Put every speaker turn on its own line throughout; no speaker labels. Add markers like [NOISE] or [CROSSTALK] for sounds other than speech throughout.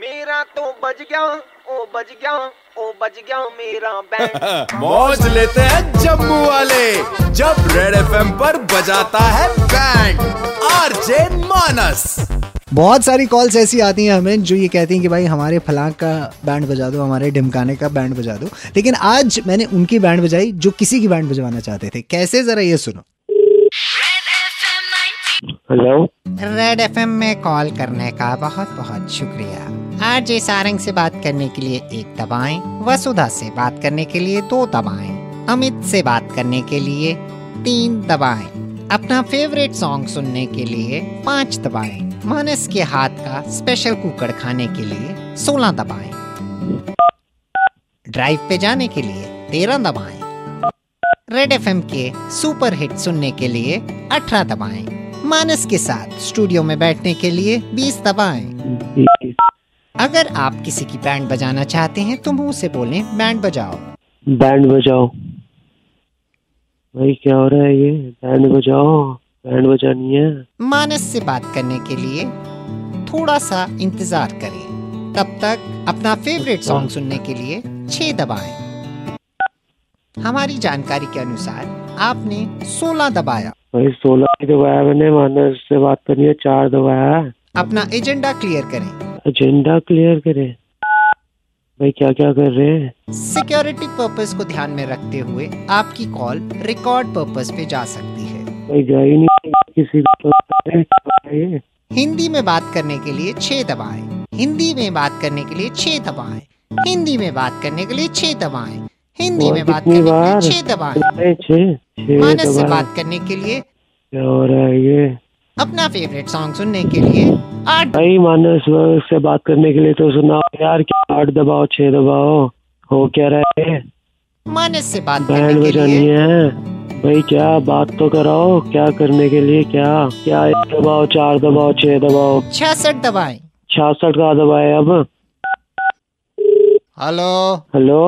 मेरा तो बज गया ओ बज गया ओ बज गया मेरा बैंड
मौज लेते हैं जम्मू वाले जब रेड एफएम पर बजाता है बैंड आरजे मानस
बहुत सारी कॉल्स ऐसी आती हैं हमें जो ये कहती हैं कि भाई हमारे फलां का बैंड बजा दो हमारे ढिमकाने का बैंड बजा दो लेकिन आज मैंने उनकी बैंड बजाई जो किसी की बैंड बजवाना चाहते थे कैसे जरा ये सुनो
हेलो
रेड एफएम में कॉल करने का बहुत बहुत शुक्रिया आरजे सारंग से बात करने के लिए एक दबाएं, वसुधा से बात करने के लिए दो दबाएं, अमित से बात करने के लिए तीन दबाएं, अपना फेवरेट सॉन्ग सुनने के लिए पाँच दबाएं, मानस के हाथ का स्पेशल कुकर खाने के लिए सोलह दबाएं, ड्राइव पे जाने के लिए तेरह दबाएं, रेड एफ के सुपर हिट सुनने के लिए अठारह दबाएं, मानस के साथ स्टूडियो में बैठने के लिए बीस दबाएं। अगर आप किसी की बैंड बजाना चाहते हैं तो मुंह से बोलें बैंड बजाओ
बैंड बजाओ भाई क्या हो रहा है ये बैंड बजाओ बैंड बजानी है
मानस से बात करने के लिए थोड़ा सा इंतजार करें तब तक अपना फेवरेट सॉन्ग सुनने के लिए छह दबाएं। हमारी जानकारी के अनुसार आपने 16 दबाया
भाई सोलह ही दबाया मैंने मानस से बात करनी है चार दबाया है
अपना एजेंडा क्लियर करें
एजेंडा क्लियर करे भाई क्या क्या कर रहे हैं
सिक्योरिटी पर्पस को ध्यान में रखते हुए आपकी कॉल रिकॉर्ड पर्पस पे जा सकती है
भाई जा ही नहीं किसी को तो अरे क्या है ये?
हिंदी में बात करने के लिए छह दबाएं हिंदी में बात करने के लिए छह दबाएं हिंदी में बात करने के लिए छह दबाएं हिंदी
और
में बात
कितनी
करने के लिए
बार?
छह दबाएं
अरे, छः छः
मानस से
दबाया
बात करने के लिए
क्या हो रहा है ये
अपना फेवरेट सॉन्ग सुनने के लिए आठ
भाई मानस भाई से बात करने के लिए तो सुनाओ यार क्या आठ दबाओ छह दबाओ हो क्या रहा है
मानस से बात
बैंड
करने के
बजानी
लिए
है भाई क्या बात तो कराओ क्या करने के लिए क्या क्या एक दबाओ चार दबाओ छह दबाओ
छियासठ दबाएं
छियासठ का दबाए अब
हेलो
हेलो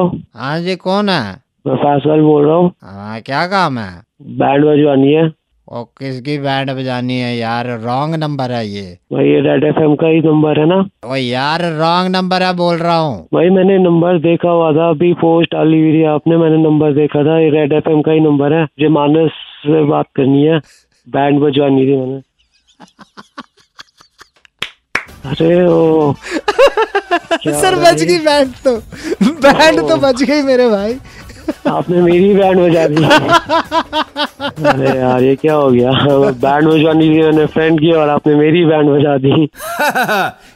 हाँ जी कौन है
मैं फैसल बोल रहा हूँ
हाँ क्या काम है
बैंड बजवानी है
और किसकी बैंड बजानी है यार रॉन्ग नंबर है ये
भाई ये रेड एफ का ही नंबर है ना
ओ यार रॉन्ग नंबर है बोल रहा हूँ
भाई मैंने नंबर देखा हुआ था अभी पोस्ट डाली हुई थी आपने मैंने नंबर देखा था ये रेड एफ का ही नंबर है मुझे मानस से बात करनी है बैंड बजवानी
[LAUGHS]
थी मैंने अरे ओ क्या
सर
हो रहा है
बज
ये?
गई बैंड तो [LAUGHS] बैंड तो बज गई मेरे भाई
आपने मेरी बैंड बजा दी अरे यार ये क्या हो गया [LAUGHS] बैंड बजवानी थी मैंने फ्रेंड की और आपने मेरी बैंड बजा दी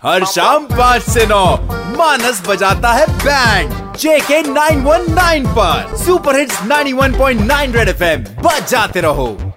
हर शाम पाँच से नौ मानस बजाता है बैंड जेके 919 पर सुपर हिट्स 91.9 रेड एफएम बजाते रहो